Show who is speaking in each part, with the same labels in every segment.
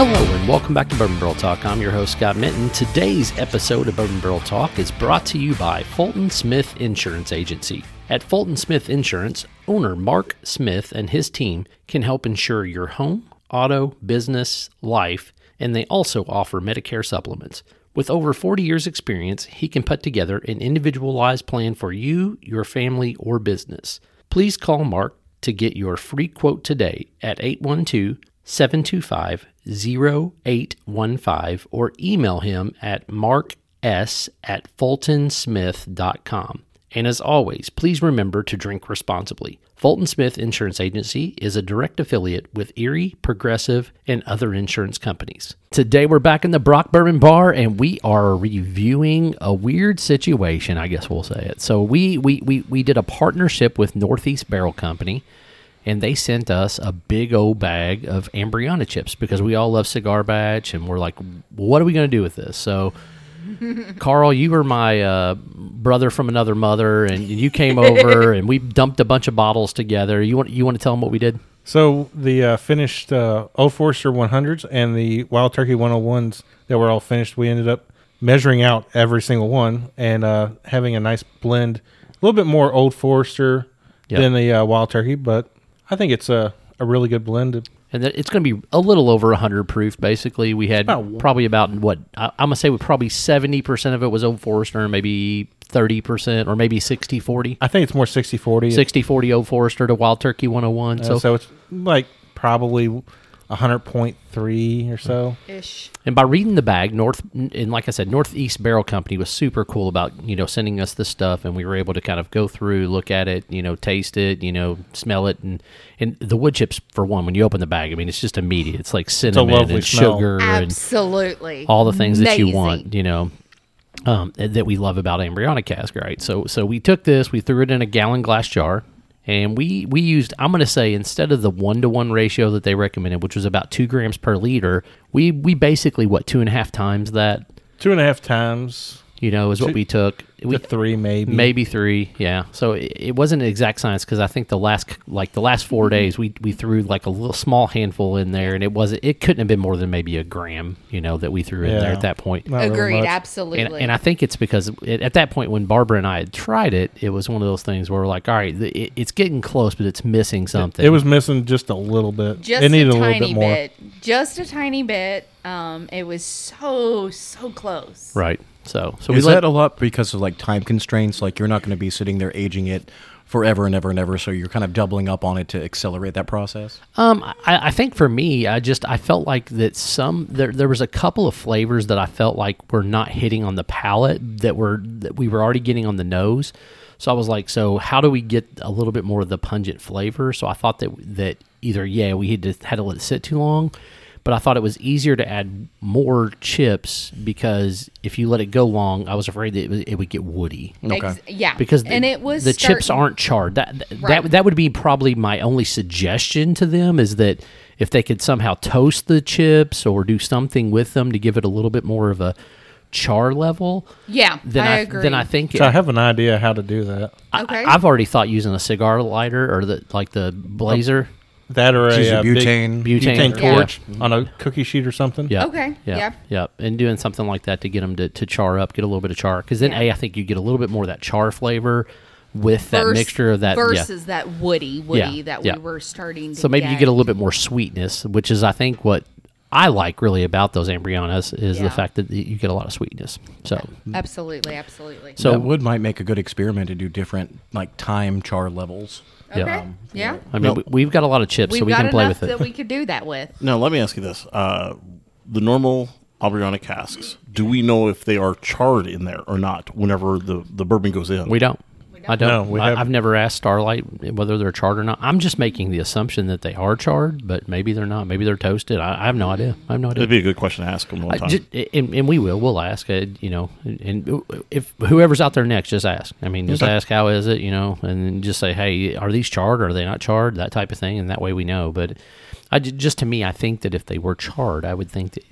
Speaker 1: Welcome back to Bourbon Barrel Talk. I'm your host, Scott Minton. Today's episode of Bourbon Barrel Talk is brought to you by Fulton Smith Insurance Agency. At Fulton Smith Insurance, owner Mark Smith and his team can help insure your home, auto, business, life, and they also offer Medicare supplements. With over 40 years' experience, he can put together an individualized plan for you, your family, or business. Please call Mark to get your free quote today at 812 725 0815 or email him at marks at fultonsmith.com. And as always, please remember to drink responsibly. Fulton Smith Insurance Agency is a direct affiliate with Erie, Progressive, and other insurance companies. Today we're back in the Brock Bourbon Bar and we are reviewing a weird situation, I guess we'll say it. So we we we, we did a partnership with Northeast Barrel Company and they sent us a big old bag of Ambriana chips because we all love cigar batch and we're like, what are we going to do with this? So Carl, you were my uh, brother from another mother, and you came over, and we dumped a bunch of bottles together. You want you want to tell them what we did?
Speaker 2: So the uh, finished uh, O Forster 100s and the Wild Turkey 101s that were all finished, we ended up measuring out every single one and uh, having a nice blend. A little bit more Old Forester
Speaker 1: Yep.
Speaker 2: than the uh, Wild Turkey, but I think it's a, a really good blend.
Speaker 1: And that it's going to be a little over 100 proof. Basically, we had
Speaker 2: About-
Speaker 1: probably about what I, I'm going to say was probably 70% of it was Old Forester, maybe 30%, or maybe 60 40.
Speaker 2: I think it's more 60 40.
Speaker 1: 60 40 Old Forester to Wild Turkey 101.
Speaker 2: so,
Speaker 1: So,
Speaker 2: it's like probably 100.3 or so.
Speaker 3: ish.
Speaker 1: And by reading the bag, North and like I said, Northeast Barrel Company was super cool about you know sending us this stuff, and we were able to kind of go through, look at it, you know, taste it, you know, smell it, and and the wood chips for one. When you open the bag, I mean, it's just immediate. It's like cinnamon
Speaker 2: lovely
Speaker 1: and
Speaker 2: smell.
Speaker 1: sugar and
Speaker 3: Absolutely.
Speaker 1: all the things that you
Speaker 3: Amazing.
Speaker 1: want, you know, um, that we love about embryonic cask, right? So, so we took this, we threw it in a gallon glass jar, and we we used. I'm going to say instead of the one to one ratio that they recommended, which was about two grams per liter, we we basically what two and a half times that,
Speaker 2: Two and a half times
Speaker 1: you know, is what
Speaker 2: Two-
Speaker 1: we took. We,
Speaker 2: to three, maybe.
Speaker 1: Maybe three, yeah. So it, it wasn't an exact science because I think the last like the last
Speaker 2: Mm-hmm.
Speaker 1: four days we we threw like a little small handful in there, and it wasn't it couldn't have been more than maybe a gram, you know, that we threw in there
Speaker 2: Yeah.
Speaker 1: at that point.
Speaker 2: Not really
Speaker 3: Agreed.
Speaker 2: much.
Speaker 3: absolutely.
Speaker 1: And, and I think it's because it, at that point, when Barbara and I had tried it, it was one of those things where we're like, all right, th- it, it's getting close, but it's missing something.
Speaker 2: It was missing just a little bit.
Speaker 3: just
Speaker 2: it needed
Speaker 3: a
Speaker 2: a,
Speaker 3: tiny
Speaker 2: little bit more.
Speaker 3: Just a tiny bit. Um, it was so so close.
Speaker 1: right. So, so we
Speaker 4: Is
Speaker 1: let
Speaker 4: that a lot because of like time constraints? Like you're not going to be sitting there aging it forever and ever and ever, so you're kind of doubling up on it to accelerate that process.
Speaker 1: Um, I, I think for me, I just I felt like that some there there was a couple of flavors that I felt like were not hitting on the palate that were that we were already getting on the nose. So I was like, so how do we get a little bit more of the pungent flavor? So I thought that that either yeah we had to had to let it sit too long, but I thought it was easier to add more chips because if you let it go long, I was afraid that it, was, it would get woody
Speaker 3: Ex- yeah.
Speaker 1: because the,
Speaker 3: and it was
Speaker 1: the chips
Speaker 3: starting-
Speaker 1: aren't charred. That that, that
Speaker 3: Right.
Speaker 1: that would be probably my only suggestion to them is that if they could somehow toast the chips or do something with them to give it a little bit more of a char level,
Speaker 3: Yeah,
Speaker 1: then
Speaker 3: I,
Speaker 1: I,
Speaker 3: agree.
Speaker 1: then I think
Speaker 2: So I have an idea how to do that.
Speaker 1: I,
Speaker 3: Okay.
Speaker 1: have already thought using a cigar lighter or the like the blazer
Speaker 2: That or
Speaker 4: Use
Speaker 2: a,
Speaker 4: a
Speaker 2: uh, big
Speaker 1: butane,
Speaker 4: butane.
Speaker 2: butane
Speaker 1: yeah. Mm-hmm.
Speaker 2: torch on a cookie sheet or something.
Speaker 1: Yeah.
Speaker 3: Okay,
Speaker 1: Yeah.
Speaker 3: yeah.
Speaker 1: yeah. And doing something like that to get them to, to char up, get a little bit of char. Because then,
Speaker 3: Yeah.
Speaker 1: A, I think you get a little bit more of that char flavor with that
Speaker 3: Vers-
Speaker 1: mixture of that. yeah.
Speaker 3: versus that woody woody that
Speaker 1: yeah.
Speaker 3: we were starting. To
Speaker 1: So maybe
Speaker 3: get.
Speaker 1: you get a little bit more sweetness, which is I think what I like really about those embryonas is the
Speaker 3: Yeah.
Speaker 1: fact that you get a lot of sweetness. So
Speaker 3: absolutely, absolutely.
Speaker 1: So-
Speaker 4: So that wood might make a good experiment to do different like time char levels.
Speaker 1: yeah.
Speaker 3: okay, yeah.
Speaker 1: I mean
Speaker 5: No.
Speaker 1: we, have got a lot of chips,
Speaker 3: We've
Speaker 1: so we
Speaker 3: got
Speaker 1: can play
Speaker 3: enough
Speaker 1: with it.
Speaker 3: that we could do that with.
Speaker 5: Now, let me ask you this: uh, the normal Albriana casks, do we know if they are charred in there or not? Whenever the, the bourbon goes in,
Speaker 1: We don't. I don't.
Speaker 2: No, we
Speaker 1: I,
Speaker 2: have-
Speaker 1: I've never asked Starlight whether they're charred or not. I'm just making the assumption that they are charred, but maybe they're not. Maybe they're toasted. I, I have no idea. I have no idea.
Speaker 5: That'd be a good question to ask them one
Speaker 1: I
Speaker 5: time.
Speaker 1: ju- Uh, and, and we will. We'll ask. Uh, you know, and if whoever's out there next, just ask. I mean, just ask how is it. You know, and then just say, hey, are these charred? Or are they not charred? That type of thing, and that way we know. But I ju- just to me, I think that if they were charred, I would think that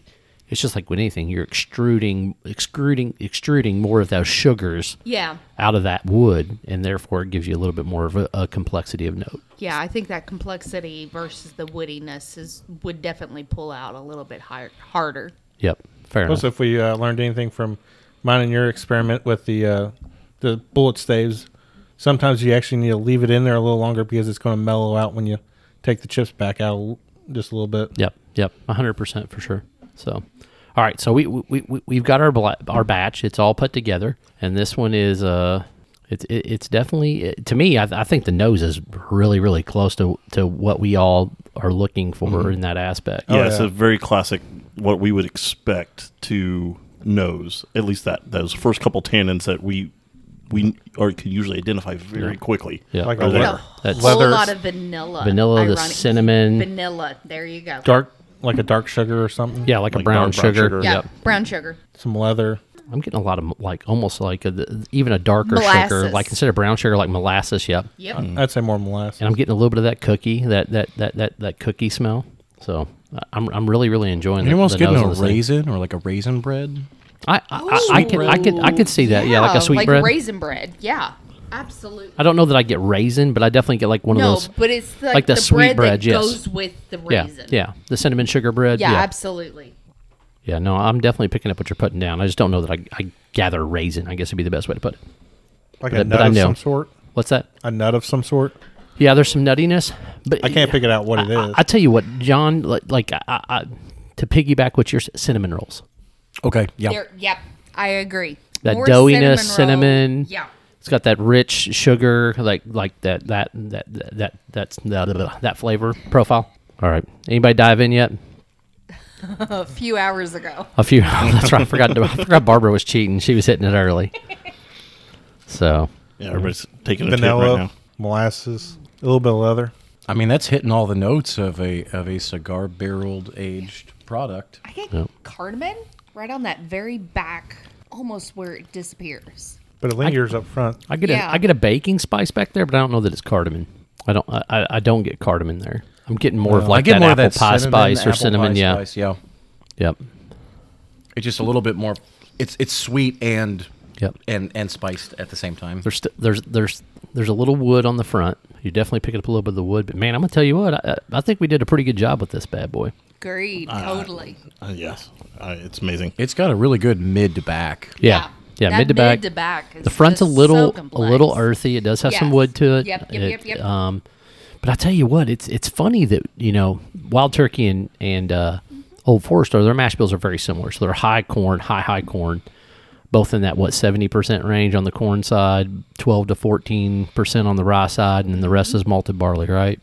Speaker 1: It's just like with anything, you're extruding, extruding, extruding more of those sugars
Speaker 3: Yeah.
Speaker 1: out of that wood, and therefore it gives you a little bit more of a, a complexity of note.
Speaker 3: Yeah, I think that complexity versus the woodiness is would definitely pull out a little bit higher, harder.
Speaker 1: Yep, fair
Speaker 2: Plus,
Speaker 1: enough.
Speaker 2: if we uh, learned anything from mine and your experiment with the uh, the bullet staves, sometimes you actually need to leave it in there a little longer because it's going to mellow out when you take the chips back out a l- just a little bit.
Speaker 1: Yep, yep, hundred percent for sure. So, all right, so we we we we have got our bla- our batch. It's all put together, and this one is uh, it's it, it's definitely it- to me. I, I think the nose is really really close to to what we all are looking for in that aspect.
Speaker 5: yeah, it's
Speaker 2: yeah.
Speaker 5: a very classic what we would expect to nose. At least that those first couple tannins that we we are can usually identify very quickly.
Speaker 1: Yeah.
Speaker 2: Like
Speaker 5: Are
Speaker 2: a
Speaker 5: there.
Speaker 2: leather.
Speaker 3: A
Speaker 1: That's-
Speaker 3: whole
Speaker 2: Leather.
Speaker 3: lot of vanilla.
Speaker 1: Vanilla, the
Speaker 3: ironic-
Speaker 1: cinnamon.
Speaker 3: Vanilla. There you go.
Speaker 2: dark, like a dark sugar or something.
Speaker 1: Yeah, like, a
Speaker 5: Like
Speaker 1: brown,
Speaker 5: dark brown
Speaker 1: sugar.
Speaker 5: sugar.
Speaker 3: Yeah.
Speaker 1: Yep.
Speaker 3: Brown sugar.
Speaker 2: some leather.
Speaker 1: I'm getting a lot of like almost like a, even a darker sugar,
Speaker 3: Molasses.
Speaker 1: like instead of brown sugar, like molasses. Yep.
Speaker 3: Yep.
Speaker 2: I'd say more molasses.
Speaker 1: And I'm getting a little bit of that cookie, that that that that, that cookie smell. So uh, I'm, I'm really really enjoying.
Speaker 4: You're
Speaker 1: the,
Speaker 4: almost
Speaker 1: the
Speaker 4: getting
Speaker 1: nose
Speaker 4: a
Speaker 1: on this thing.
Speaker 4: raisin or like a raisin bread.
Speaker 1: I I, I, I can I could I could see that. Yeah, like a sweet
Speaker 3: like
Speaker 1: bread.
Speaker 3: raisin bread. Yeah. Absolutely.
Speaker 1: I don't know that I get raisin, but I definitely get like one
Speaker 3: No,
Speaker 1: of those.
Speaker 3: but it's like,
Speaker 1: like the
Speaker 3: the,
Speaker 1: sweet
Speaker 3: bread,
Speaker 1: bread,
Speaker 3: that
Speaker 1: yes.
Speaker 3: goes with the
Speaker 1: yeah,
Speaker 3: raisin.
Speaker 1: yeah, the cinnamon sugar bread.
Speaker 3: Yeah,
Speaker 1: Yeah, yeah.
Speaker 3: absolutely.
Speaker 1: no, I'm definitely picking up what you're putting down. I just don't know that I, I gather raisin. I guess would be the best way to put it.
Speaker 2: like
Speaker 1: but-
Speaker 2: a
Speaker 1: but
Speaker 2: nut
Speaker 1: I
Speaker 2: of
Speaker 1: know.
Speaker 2: some sort.
Speaker 1: What's that?
Speaker 2: A nut of some sort.
Speaker 1: Yeah, there's some nuttiness, but
Speaker 2: I can't pick it out what it
Speaker 1: I,
Speaker 2: is.
Speaker 1: I tell you what, John, like, like I, I, I- to piggyback what your cinnamon rolls,
Speaker 4: Okay, yeah.
Speaker 3: There, yep, I agree.
Speaker 1: That
Speaker 3: More
Speaker 1: doughiness,
Speaker 3: cinnamon. roll.
Speaker 1: cinnamon.
Speaker 3: Yeah.
Speaker 1: it's got that rich sugar, like like that that that that that that's, that, that flavor profile. All right, anybody dive in yet?
Speaker 3: A few hours ago.
Speaker 1: A few. Oh, That's right. I forgot. I forgot Barbara was cheating. She was hitting it early. So
Speaker 5: Yeah, everybody's taking a tip
Speaker 2: Vanilla,
Speaker 5: right now.
Speaker 2: molasses, a little bit of leather.
Speaker 4: I mean, that's hitting all the notes of a of a cigar barreled aged product.
Speaker 3: I get cardamom right on that very back, almost where it disappears.
Speaker 2: But it lingers up front.
Speaker 1: I get
Speaker 3: Yeah.
Speaker 1: a I get a baking spice back there, but I don't know that it's cardamom. I don't I, I- I don't get cardamom there. I'm getting more of
Speaker 4: Uh, I
Speaker 1: like
Speaker 4: get
Speaker 1: that
Speaker 4: more of
Speaker 1: apple pie
Speaker 4: cinnamon,
Speaker 1: spice or
Speaker 4: apple pie
Speaker 1: cinnamon. Yeah.
Speaker 4: spice, yeah.
Speaker 1: Yep.
Speaker 4: It's just a little bit more. It's it's sweet and
Speaker 1: Yep.
Speaker 4: and and spiced at the same time.
Speaker 1: There's st- there's there's there's a little wood on the front. You definitely pick up a little bit of the wood, but man, I'm gonna tell you what, I, I I think we did a pretty good job with this bad boy.
Speaker 3: Agreed, totally.
Speaker 5: Uh, yes, uh, it's amazing.
Speaker 4: It's got a really good mid to back.
Speaker 1: Yeah. Yeah.
Speaker 3: That
Speaker 1: mid to back.
Speaker 3: Mid to back. Is
Speaker 1: The front's a
Speaker 3: just
Speaker 1: little
Speaker 3: so
Speaker 1: a little
Speaker 3: complex.
Speaker 1: earthy. It does have some
Speaker 3: Yes.
Speaker 1: wood to it.
Speaker 3: Yep, yep,
Speaker 1: It,
Speaker 3: yep, yep.
Speaker 1: Um, but I tell you what, it's it's funny that you know Wild Turkey and and uh, Old Forester, their mash bills are very similar. So they're high corn, high high corn, both in that what seventy percent range on the corn side, twelve to fourteen percent on the rye side, and then the rest
Speaker 3: Mm-hmm.
Speaker 1: is malted barley, right?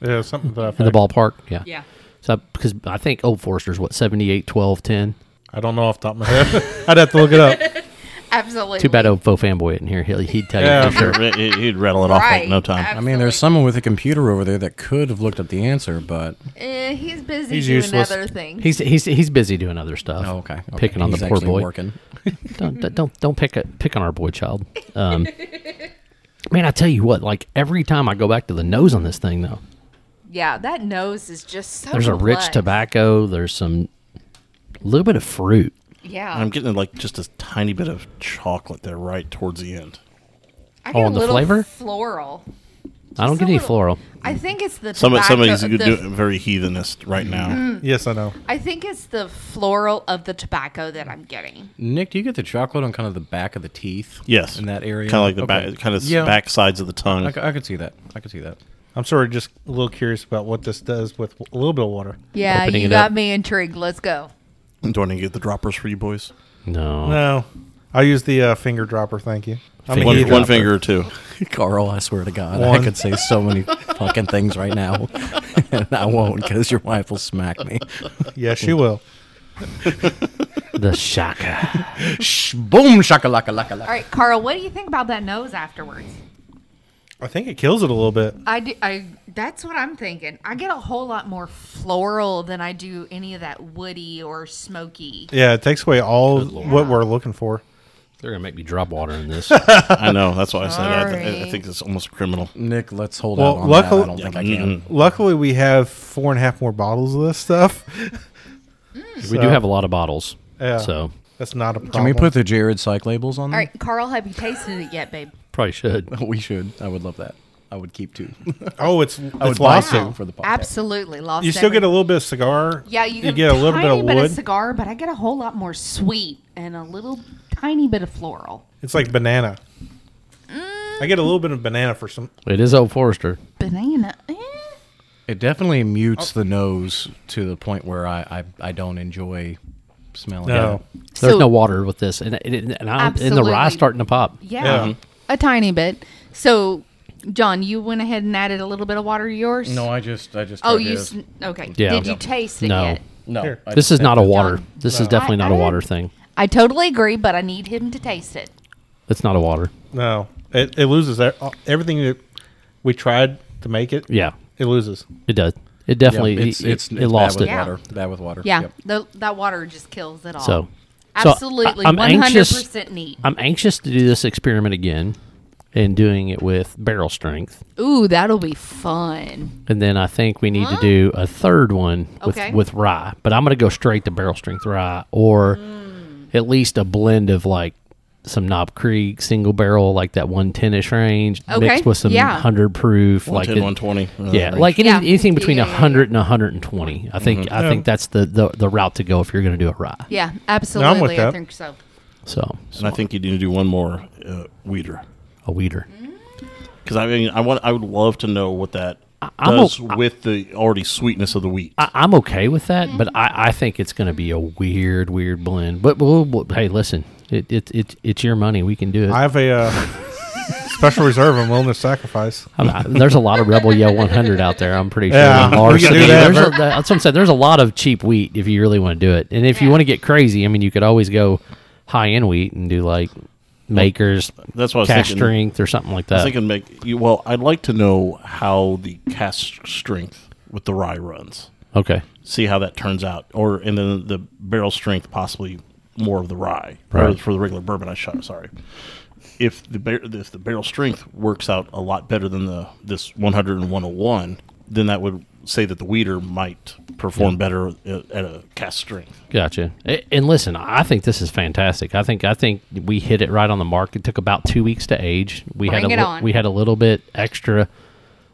Speaker 2: Yeah, something that
Speaker 1: In the ballpark, yeah.
Speaker 3: Yeah.
Speaker 1: So because I think Old Forester's what 78, 12, 10.
Speaker 2: I don't know off the top of my head. I'd have to look it up.
Speaker 3: Absolutely.
Speaker 1: Too bad Old Faux Fanboy isn't here. He'll, he'd tell you.
Speaker 2: Yeah.
Speaker 1: for sure.
Speaker 5: He- he- He'd rattle it off like no time.
Speaker 4: I mean, there's someone with a computer over there that could have looked up the answer, but
Speaker 3: Eh, he's busy
Speaker 2: He's
Speaker 3: doing
Speaker 2: useless.
Speaker 3: other things.
Speaker 1: He's, he's he's busy doing other stuff.
Speaker 4: oh, okay, okay.
Speaker 1: Picking on
Speaker 4: He's
Speaker 1: the poor
Speaker 4: actually
Speaker 1: boy.
Speaker 4: Working.
Speaker 1: don't don't- don't don't pick a, pick on our boy child. Um, man, I tell you what, like every time I go back to the nose on this thing, though,
Speaker 3: yeah, that nose is just so.
Speaker 1: there's a rich
Speaker 3: complex.
Speaker 1: tobacco. There's some little bit of fruit.
Speaker 3: Yeah.
Speaker 5: I'm getting like just a tiny bit of chocolate there right towards the end.
Speaker 3: I
Speaker 1: Oh,
Speaker 3: get a
Speaker 1: and the
Speaker 3: little
Speaker 1: flavor?
Speaker 3: Floral.
Speaker 1: I don't get
Speaker 3: Just a
Speaker 1: any
Speaker 3: little-
Speaker 1: floral.
Speaker 3: I think it's the.
Speaker 5: Some,
Speaker 3: tobacco,
Speaker 5: somebody's
Speaker 3: the, Mm-hmm.
Speaker 5: doing very heathenist right now. Mm.
Speaker 2: Yes, I know.
Speaker 3: I think it's the floral of the tobacco that I'm getting.
Speaker 4: Nick, do you get the chocolate on kind of the back of the teeth?
Speaker 5: Yes,
Speaker 4: in that area,
Speaker 5: kind of like the
Speaker 4: Okay.
Speaker 5: back, kind of
Speaker 4: Yeah.
Speaker 5: back sides of the tongue.
Speaker 4: I, c- I could see that. I could see that.
Speaker 2: I'm sort of just a little curious about what this does with a little bit of water.
Speaker 3: Yeah,
Speaker 1: Opening
Speaker 3: you
Speaker 1: it
Speaker 3: got
Speaker 1: up.
Speaker 3: me intrigued. Let's go.
Speaker 5: Do I need to get the droppers for you boys?
Speaker 1: No,
Speaker 2: No, I use the uh, finger dropper. Thank you. I mean,
Speaker 1: Finger
Speaker 5: One,
Speaker 2: heat
Speaker 5: one
Speaker 2: dropper.
Speaker 5: finger or two.
Speaker 4: Carl, I swear to God,
Speaker 2: One.
Speaker 4: I could say so many fucking things right now, and I won't because your wife will smack me.
Speaker 2: Yes, you will.
Speaker 1: the shaka.
Speaker 4: Shh, boom, shakalaka, laka, laka.
Speaker 3: All right, Carl, what do you think about that nose afterwards?
Speaker 2: I think it kills it a little bit.
Speaker 3: I do. I that's what I'm thinking. I get a whole lot more floral than I do any of that woody or smoky.
Speaker 2: Yeah, it takes away all what we're looking for.
Speaker 1: They're gonna make me drop water in this.
Speaker 5: I know that's why I said I, I, I
Speaker 3: Sorry.
Speaker 5: think it's almost criminal.
Speaker 4: Nick, let's hold
Speaker 2: Well,
Speaker 4: out on
Speaker 2: luckily-
Speaker 4: that. I don't think I can.
Speaker 2: Luckily, we have four and a half more bottles of this stuff.
Speaker 1: We do
Speaker 2: So-
Speaker 1: have a lot of bottles.
Speaker 2: Yeah.
Speaker 1: So
Speaker 2: That's not a problem.
Speaker 4: Can we put the Jared Psych labels on
Speaker 3: All
Speaker 4: there?
Speaker 3: right, Carl, have you tasted it yet, babe?
Speaker 1: probably should.
Speaker 4: We should. I would love that. I would keep two.
Speaker 2: Oh, it's
Speaker 4: I
Speaker 2: it's
Speaker 4: would buy
Speaker 2: lost.
Speaker 4: two. for the podcast.
Speaker 3: Absolutely lost.
Speaker 2: You still
Speaker 3: every-
Speaker 2: get a little bit of cigar.
Speaker 3: Yeah, you,
Speaker 2: get a little
Speaker 3: tiny
Speaker 2: bit of wood.
Speaker 3: cigar, but I get a whole lot more sweet and a little tiny bit of floral.
Speaker 2: it's like banana. I get a little bit of banana for some.
Speaker 1: It is Old Forester.
Speaker 3: Banana. eh?
Speaker 4: It definitely mutes the nose to the point where I, I, I don't enjoy smelling
Speaker 2: No,
Speaker 4: it.
Speaker 1: There's
Speaker 3: So-
Speaker 1: no water with this, and and, and, I, and the rye
Speaker 3: Absolutely.
Speaker 1: starting to pop.
Speaker 3: Yeah,
Speaker 2: Yeah.
Speaker 4: Mm-hmm.
Speaker 3: a tiny bit. So, John, you went ahead and added a little bit of water to yours.
Speaker 4: I just I just
Speaker 3: Oh, you sn- okay?
Speaker 1: Yeah.
Speaker 3: Did you taste it
Speaker 1: No.
Speaker 3: yet?
Speaker 4: no.
Speaker 2: Here. I
Speaker 1: This is not a water.
Speaker 3: John.
Speaker 1: This is definitely not a water thing.
Speaker 3: I totally agree, but I need him to taste it.
Speaker 1: It's not a water.
Speaker 2: no, it, it loses that- everything that we tried to make it.
Speaker 1: Yeah,
Speaker 2: it loses.
Speaker 1: it does. It definitely
Speaker 4: it's,
Speaker 1: it,
Speaker 4: it's,
Speaker 1: it
Speaker 4: it's
Speaker 1: lost
Speaker 4: bad
Speaker 1: it.
Speaker 4: with water. Bad with water.
Speaker 3: Yeah,
Speaker 4: Yep.
Speaker 3: tho- that water just kills it all.
Speaker 1: So, so I-
Speaker 3: absolutely,
Speaker 1: I'm
Speaker 3: one hundred
Speaker 1: anxious-
Speaker 3: percent neat.
Speaker 1: I'm anxious to do this experiment again, and doing it with barrel strength.
Speaker 3: Ooh, that'll be fun.
Speaker 1: And then I think we need to do a third one with
Speaker 3: Okay.
Speaker 1: with rye. But I'm going to go straight to barrel strength rye, or
Speaker 3: Hmm.
Speaker 1: at least a blend of like some Knob Creek single barrel, like that 110ish range,
Speaker 3: Okay,
Speaker 1: mixed with some
Speaker 3: yeah.
Speaker 1: 100 proof, like
Speaker 5: 110,
Speaker 1: it-
Speaker 5: 120. uh,
Speaker 1: Yeah,
Speaker 5: range.
Speaker 1: like any,
Speaker 3: Yeah.
Speaker 1: anything between
Speaker 3: Yeah,
Speaker 1: a
Speaker 3: yeah, yeah.
Speaker 1: 100 and a 120. I think I think that's the, the the route to go if you're going to do a rye.
Speaker 3: Yeah, absolutely. I
Speaker 2: that.
Speaker 3: think so.
Speaker 1: So
Speaker 5: and I think you need to do one more uh, weeder
Speaker 1: a weeder.
Speaker 3: Mm-hmm.
Speaker 5: because I mean, I want, I would love to know what that
Speaker 1: I'm
Speaker 5: does
Speaker 1: o- I-
Speaker 5: with the already sweetness of the wheat.
Speaker 1: I, I'm okay with that, but
Speaker 3: Mm-hmm.
Speaker 1: I, I think it's going to be a weird weird blend. But we'll, we'll- hey, listen, it, it it it's your money. We can do it.
Speaker 2: I have a uh, special reserve. I'm willing to sacrifice.
Speaker 1: I'm not- there's a lot of Rebel Yell 100 out there. I'm pretty sure.
Speaker 2: Yeah,
Speaker 1: And
Speaker 2: we
Speaker 1: Larson.
Speaker 2: can do that.
Speaker 1: There's a- that's what I'm saying. There's a lot of cheap wheat if you really want to do it. And if you
Speaker 3: Yeah.
Speaker 1: want to get crazy, I mean, you could always go high end wheat and do like makers,
Speaker 5: That's what I was
Speaker 1: cash
Speaker 5: thinking.
Speaker 1: strength or something like
Speaker 5: I was
Speaker 1: that.
Speaker 5: thinking, make you, well, I'd like to know how the cast strength with the rye runs.
Speaker 1: okay,
Speaker 5: See how that turns out, or and then the barrel strength possibly more of the rye or
Speaker 1: Right.
Speaker 5: for the regular bourbon. I shot. Sorry. If the bar- if the barrel strength works out a lot better than the this 100 and 101, then that would say that the weeder might perform better uh, at a cast strength.
Speaker 1: gotcha. A- And listen, I think this is fantastic. I think I think we hit it right on the mark. It took about two weeks to age. We had
Speaker 3: Bring
Speaker 1: a
Speaker 3: it
Speaker 1: li-
Speaker 3: on.
Speaker 1: we had a little bit extra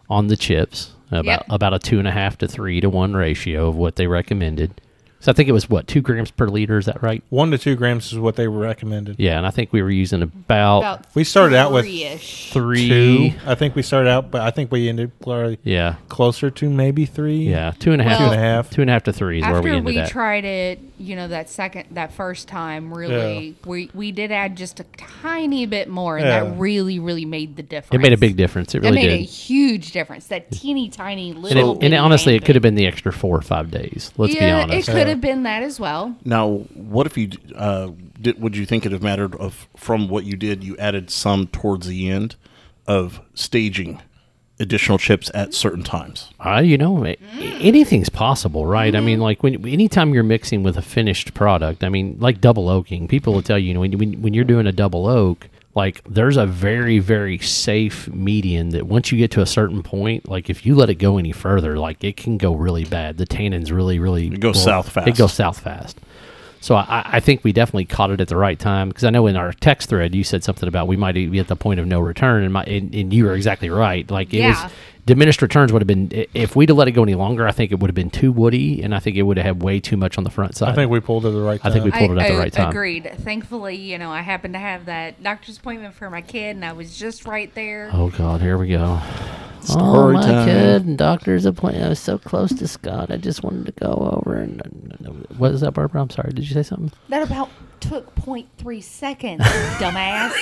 Speaker 1: on the chips, about
Speaker 3: Yep.
Speaker 1: about a two and a half to three to one ratio of what they recommended. So I think it was what two grams per liter. Is that right?
Speaker 2: One to two grams is what they were recommended.
Speaker 1: Yeah, and I think we were using about,
Speaker 3: About
Speaker 2: We started out with
Speaker 3: three-ish.
Speaker 1: three.
Speaker 2: Two. I think we started out, but I think we ended clearly
Speaker 1: Yeah,
Speaker 2: closer to maybe three.
Speaker 1: yeah, two and a half,
Speaker 3: Well- Two
Speaker 2: and a half.
Speaker 1: two and a half to three is where
Speaker 3: After
Speaker 1: we
Speaker 3: we,
Speaker 1: ended at.
Speaker 3: tried it, you know, that second, that first time, really, we we did add just a tiny bit more, and
Speaker 2: Yeah.
Speaker 3: that really, really made the difference.
Speaker 1: it made a big difference. It
Speaker 3: It
Speaker 1: really
Speaker 3: made a
Speaker 1: did.
Speaker 3: huge difference. That teeny tiny
Speaker 1: And, it,
Speaker 3: little.
Speaker 1: and
Speaker 3: bitty
Speaker 1: it- honestly, it
Speaker 3: tiny
Speaker 1: could have
Speaker 3: bit.
Speaker 1: been the extra four or five days. Let's
Speaker 3: yeah,
Speaker 1: be honest.
Speaker 3: it could have been that as well.
Speaker 5: Now, what if you d- uh, did? Would you think it have mattered of from what you did? You added some towards the end of staging additional chips at certain times.
Speaker 1: Uh, you know, a- anything's possible, right? I
Speaker 5: Mm-hmm.
Speaker 1: mean, like when anytime you're mixing with a finished product, I mean, like double oaking, people will tell you, you know, when, you- when, when you're doing a double oak, like there's a very, very safe median that once you get to a certain point, like if you let it go any further, like it can go really bad. The tannins really, really
Speaker 5: It goes south fast.
Speaker 1: It goes south fast. So I- I, I think we definitely caught it at the right time because I know in our text thread you said something about we might be at the point of no return, and my and, and you were exactly right. Like it
Speaker 3: Yeah.
Speaker 1: was diminished returns would have been i- if we'd have let it go any longer. I think it would have been too woody, and I think it would have had way too much on the front side.
Speaker 2: I think we pulled it at the right
Speaker 1: I
Speaker 2: time.
Speaker 1: think we pulled it at the right time.
Speaker 3: Agreed. Thankfully, you know, I happened to have that doctor's appointment for my kid, and I was just right there.
Speaker 1: Oh God, here we go.
Speaker 5: Story
Speaker 1: oh my
Speaker 5: time.
Speaker 1: kid, doctor's appointment. I was so close to Scott. I just wanted to go over and what is that, Barbara? I'm sorry. Did you say something?
Speaker 3: That about took 0.3 seconds, dumbass.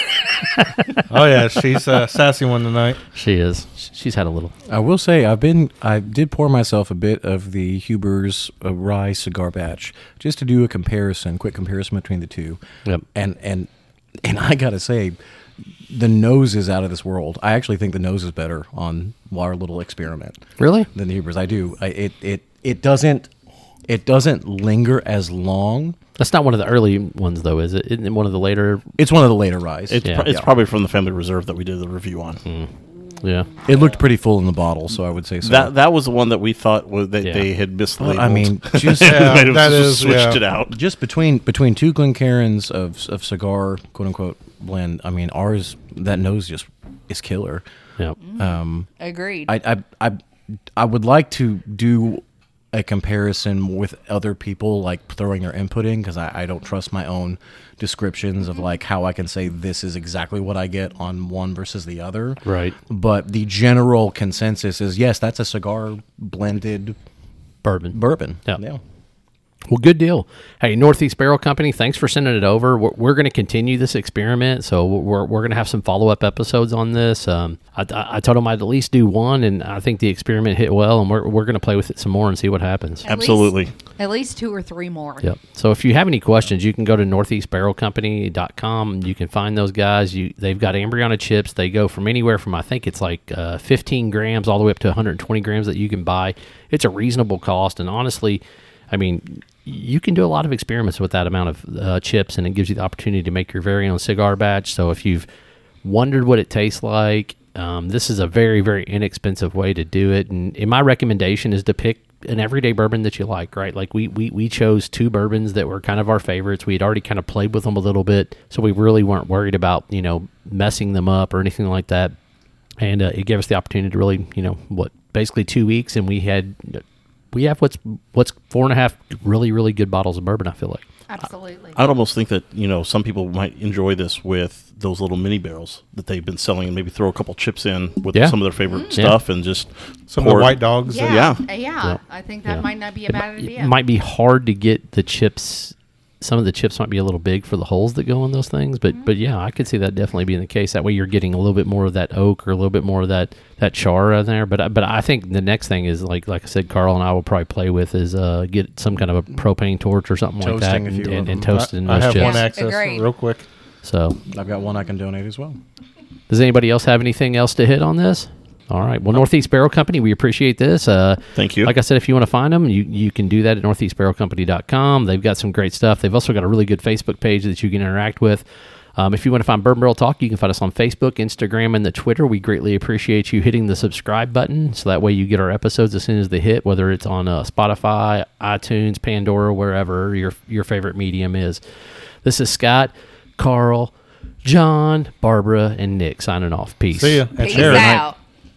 Speaker 2: Oh yeah, she's a sassy one tonight.
Speaker 1: She is. She's had a little.
Speaker 4: I will say I've been I did pour myself a bit of the Huber's uh, rye cigar batch just to do a comparison, quick comparison between the two.
Speaker 1: Yep.
Speaker 4: And and and I gotta say, the nose is out of this world. I actually think the nose is better on our little experiment
Speaker 1: Really?
Speaker 4: than the Huber's. I do. I, it it it doesn't it doesn't linger as long.
Speaker 1: That's not one of the early ones, though, is it? Isn't it one of the later?
Speaker 4: It's one of the later ryes.
Speaker 5: It's,
Speaker 1: Yeah. Hmm.
Speaker 5: pro- it's
Speaker 1: Yeah.
Speaker 5: probably from the family reserve that we did the review on.
Speaker 1: Yeah.
Speaker 4: It looked pretty full in the bottle, so I would say so.
Speaker 5: That that was the one that we thought was that
Speaker 1: Yeah.
Speaker 5: they had mislabeled.
Speaker 4: Well, I mean, just,
Speaker 2: Yeah,
Speaker 5: They
Speaker 2: that
Speaker 5: just
Speaker 2: is,
Speaker 5: switched
Speaker 2: yeah.
Speaker 5: it out.
Speaker 4: just between between two Glencairns of of cigar quote unquote blend, I mean ours that nose just is killer.
Speaker 1: Yeah.
Speaker 3: Agreed.
Speaker 4: I I I, I would like to do a comparison with other people like throwing their input in because I, I don't trust my own descriptions of like how I can say this is exactly what I get on one versus the other.
Speaker 1: Right.
Speaker 4: But the general consensus is yes, that's a cigar blended
Speaker 1: Bourbon.
Speaker 4: bourbon.
Speaker 1: Yeah. Well, good deal. Hey, Northeast Barrel Company, thanks for sending it over. We're, we're going to continue this experiment, so we're, we're going to have some follow up episodes on this. Um, I, I, I told them I'd at least do one, and I think the experiment hit well, and we're, we're going to play with it some more and see what happens.
Speaker 3: At least-
Speaker 5: Absolutely.
Speaker 3: at least two or three more.
Speaker 1: Yep. So if you have any questions, you can go to northeastbarrelcompany.com. You can find those guys. You they've got Ambriana chips. They go from anywhere from I think it's like uh, 15 grams all the way up to 120 grams that you can buy. It's a reasonable cost, and honestly, I mean, you can do a lot of experiments with that amount of uh, chips, and it gives you the opportunity to make your very own cigar batch. So if you've wondered what it tastes like. Um, this is a very, very inexpensive way to do it. And, and my recommendation is to pick an everyday bourbon that you like, right? Like we, we, we chose two bourbons that were kind of our favorites. We had already kind of played with them a little bit. So we really weren't worried about, you know, messing them up or anything like that. And uh, it gave us the opportunity to really, you know, what basically two weeks. And we had, we have what's, what's four and a half really, really good bottles of bourbon, I feel like.
Speaker 3: Absolutely.
Speaker 5: I'd almost think that you know some people might enjoy this with those little mini barrels that they've been selling, and maybe throw a couple chips in with
Speaker 1: Yeah. Hmm.
Speaker 5: some of their favorite
Speaker 1: Yeah.
Speaker 5: stuff, and just
Speaker 2: Some of the
Speaker 5: pour it.
Speaker 2: white dogs.
Speaker 3: yeah,
Speaker 5: yeah.
Speaker 3: uh, yeah. I think that
Speaker 1: Yeah.
Speaker 3: might not be a
Speaker 1: it
Speaker 3: bad
Speaker 1: mi-
Speaker 3: idea.
Speaker 1: It might be hard to get the chips. Some of the chips might be a little big for the holes that go in those things, but
Speaker 3: Mm-hmm.
Speaker 1: but yeah, I could see that definitely being the case. That way, you're getting a little bit more of that oak or a little bit more of that that char in there. But I- but I think the next thing is like like I said, Carl and I will probably play with is uh, get some kind of a propane torch or something like that
Speaker 4: Toasting a
Speaker 1: and,
Speaker 4: few of
Speaker 1: and, and
Speaker 4: them.
Speaker 1: toast it in
Speaker 2: I
Speaker 1: those
Speaker 2: have
Speaker 1: chips.
Speaker 2: one
Speaker 3: Yeah,
Speaker 2: access
Speaker 3: agreed.
Speaker 2: real quick.
Speaker 1: So
Speaker 4: I've got one I can donate as well.
Speaker 1: does anybody else have anything else to hit on this? All right. Well, Northeast Barrel Company, we appreciate this. Uh,
Speaker 5: Thank you.
Speaker 1: Like I said, if you want to find them, you, you can do that at northeastbarrelcompany.com. They've got some great stuff. They've also got a really good Facebook page that you can interact with. Um, if you want to find Bourbon Barrel Talk, you can find us on Facebook, Instagram, and the Twitter. We greatly appreciate you hitting the subscribe button so that way you get our episodes as soon as they hit, whether it's on uh, Spotify, iTunes, Pandora, wherever your your favorite medium is. This is Scott, Carl, John, Barbara, and Nick signing off. Peace.
Speaker 2: See ya. and
Speaker 3: Peace
Speaker 2: share it.
Speaker 3: out.